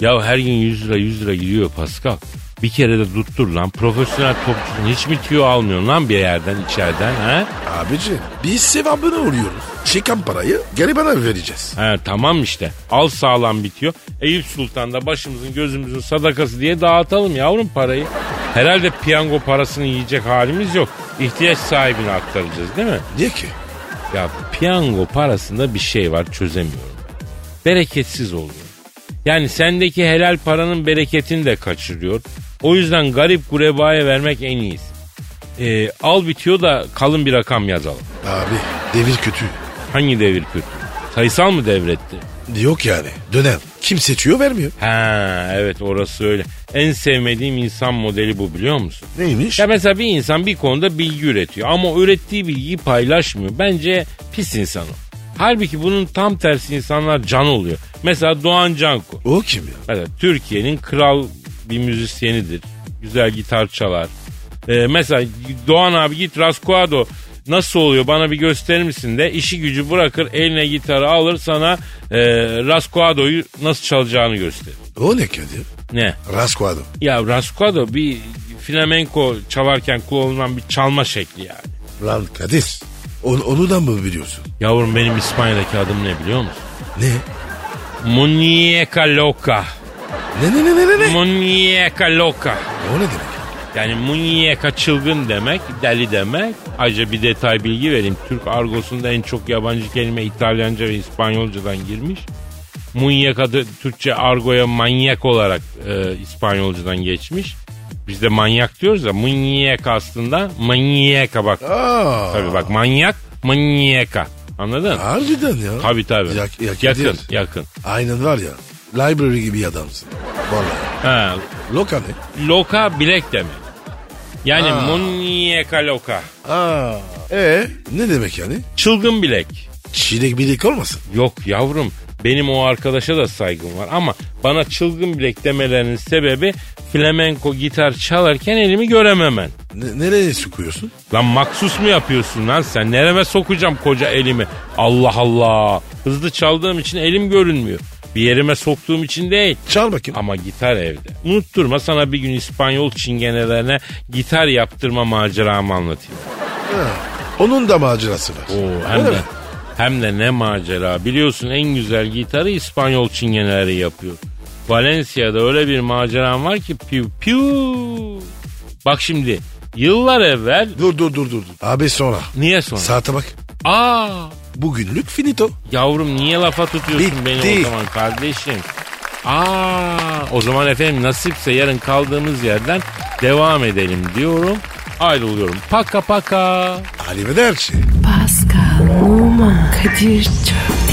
B: Ya her gün 100 lira 100 lira gidiyor Pascal. Bir kere de tuttur lan. Profesyonel topçusun. Hiç mi tüyo almıyorsun lan bir yerden içeriden ha?
C: Abici biz sevabını oluyoruz. Çıkan parayı geri bana vereceğiz.
B: He tamam işte. Al sağlam bitiyor. Eyüp Sultan'da başımızın gözümüzün sadakası diye dağıtalım yavrum parayı. Herhalde piyango parasını yiyecek halimiz yok. İhtiyaç sahibine aktaracağız değil mi?
C: Niye ki?
B: Ya piyango parasında bir şey var çözemiyorum. Bereketsiz oluyor. Yani sendeki helal paranın bereketini de kaçırıyor. O yüzden garip gurebaya vermek en iyisi. Ee, al bitiyor da kalın bir rakam yazalım.
C: Abi devir kötü.
B: Hangi devir kötü? Sayısal mı devretti?
C: Yok yani. Dönem. Kim seçiyor vermiyor.
B: Ha evet orası öyle. En sevmediğim insan modeli bu biliyor musun?
C: Neymiş?
B: Ya mesela bir insan bir konuda bilgi üretiyor ama ürettiği bilgiyi paylaşmıyor. Bence pis insan o. Halbuki bunun tam tersi insanlar can oluyor. Mesela Doğan Canku.
C: O kim ya?
B: Mesela Türkiye'nin kral bir müzisyenidir. Güzel gitar çalar. Ee, mesela Doğan abi git Raskoado Nasıl oluyor bana bir gösterir misin de işi gücü bırakır eline gitarı alır sana e, Raskuado'yu nasıl çalacağını gösterir.
C: O ne Kadir?
B: Ne?
C: Raskoado.
B: Ya Raskuado bir flamenco çalarken kullanılan bir çalma şekli yani.
C: Lan Kadir. Onu, onu da mı biliyorsun?
B: Yavrum benim İspanya'daki adım ne biliyor musun?
C: Ne?
B: Muñeca loca.
C: Ne ne ne ne ne? ne?
B: Muñeca loca.
C: O ne demek?
B: Yani muñeca çılgın demek, deli demek. Ayrıca bir detay bilgi vereyim. Türk argosunda en çok yabancı kelime İtalyanca ve İspanyolcadan girmiş. Muñeca da Türkçe argoya manyak olarak e, İspanyolcadan geçmiş. Biz de manyak diyoruz da muñeca aslında manyaka bak.
C: Aa.
B: Tabii bak manyak, manyaka. Anladın?
C: Harbiden ya.
B: Tabii tabii.
C: Ya- ya-
B: yakın,
C: Kadir.
B: yakın.
C: Aynen var ya. Library gibi adamsın. Vallahi.
B: Ha,
C: Loka ne?
B: loka bilek demek. Yani
C: Ha.
B: manyaka loka.
C: Aa. E ne demek yani?
B: Çılgın bilek.
C: Çilek bilek olmasın?
B: Yok yavrum benim o arkadaşa da saygım var ama bana çılgın bilek demelerinin sebebi flamenko gitar çalarken elimi görememen.
C: Ne, nereye sokuyorsun?
B: Lan maksus mu yapıyorsun lan sen? Nereme sokacağım koca elimi? Allah Allah. Hızlı çaldığım için elim görünmüyor. Bir yerime soktuğum için değil.
C: Çal bakayım.
B: Ama gitar evde. Unutturma sana bir gün İspanyol çingenelerine gitar yaptırma maceramı anlatayım.
C: Onun da macerası var.
B: Oo, hem
C: Öyle
B: de
C: mi?
B: hem de ne macera. Biliyorsun en güzel gitarı İspanyol çingeneleri yapıyor. Valencia'da öyle bir maceram var ki piu piu. Bak şimdi yıllar evvel
C: Dur dur dur dur. dur. Abi sonra.
B: niye sonra?
C: Saate bak.
B: Aa
C: Bugünlük finito.
B: yavrum niye lafa tutuyorsun
C: Bitti.
B: beni o zaman kardeşim? Aa o zaman efendim nasipse yarın kaldığımız yerden devam edelim diyorum. Ayrılıyorum. Paka paka.
C: Arrivederci.
A: Pascal, Oman, Kadir çok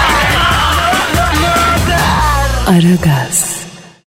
A: Aragaz.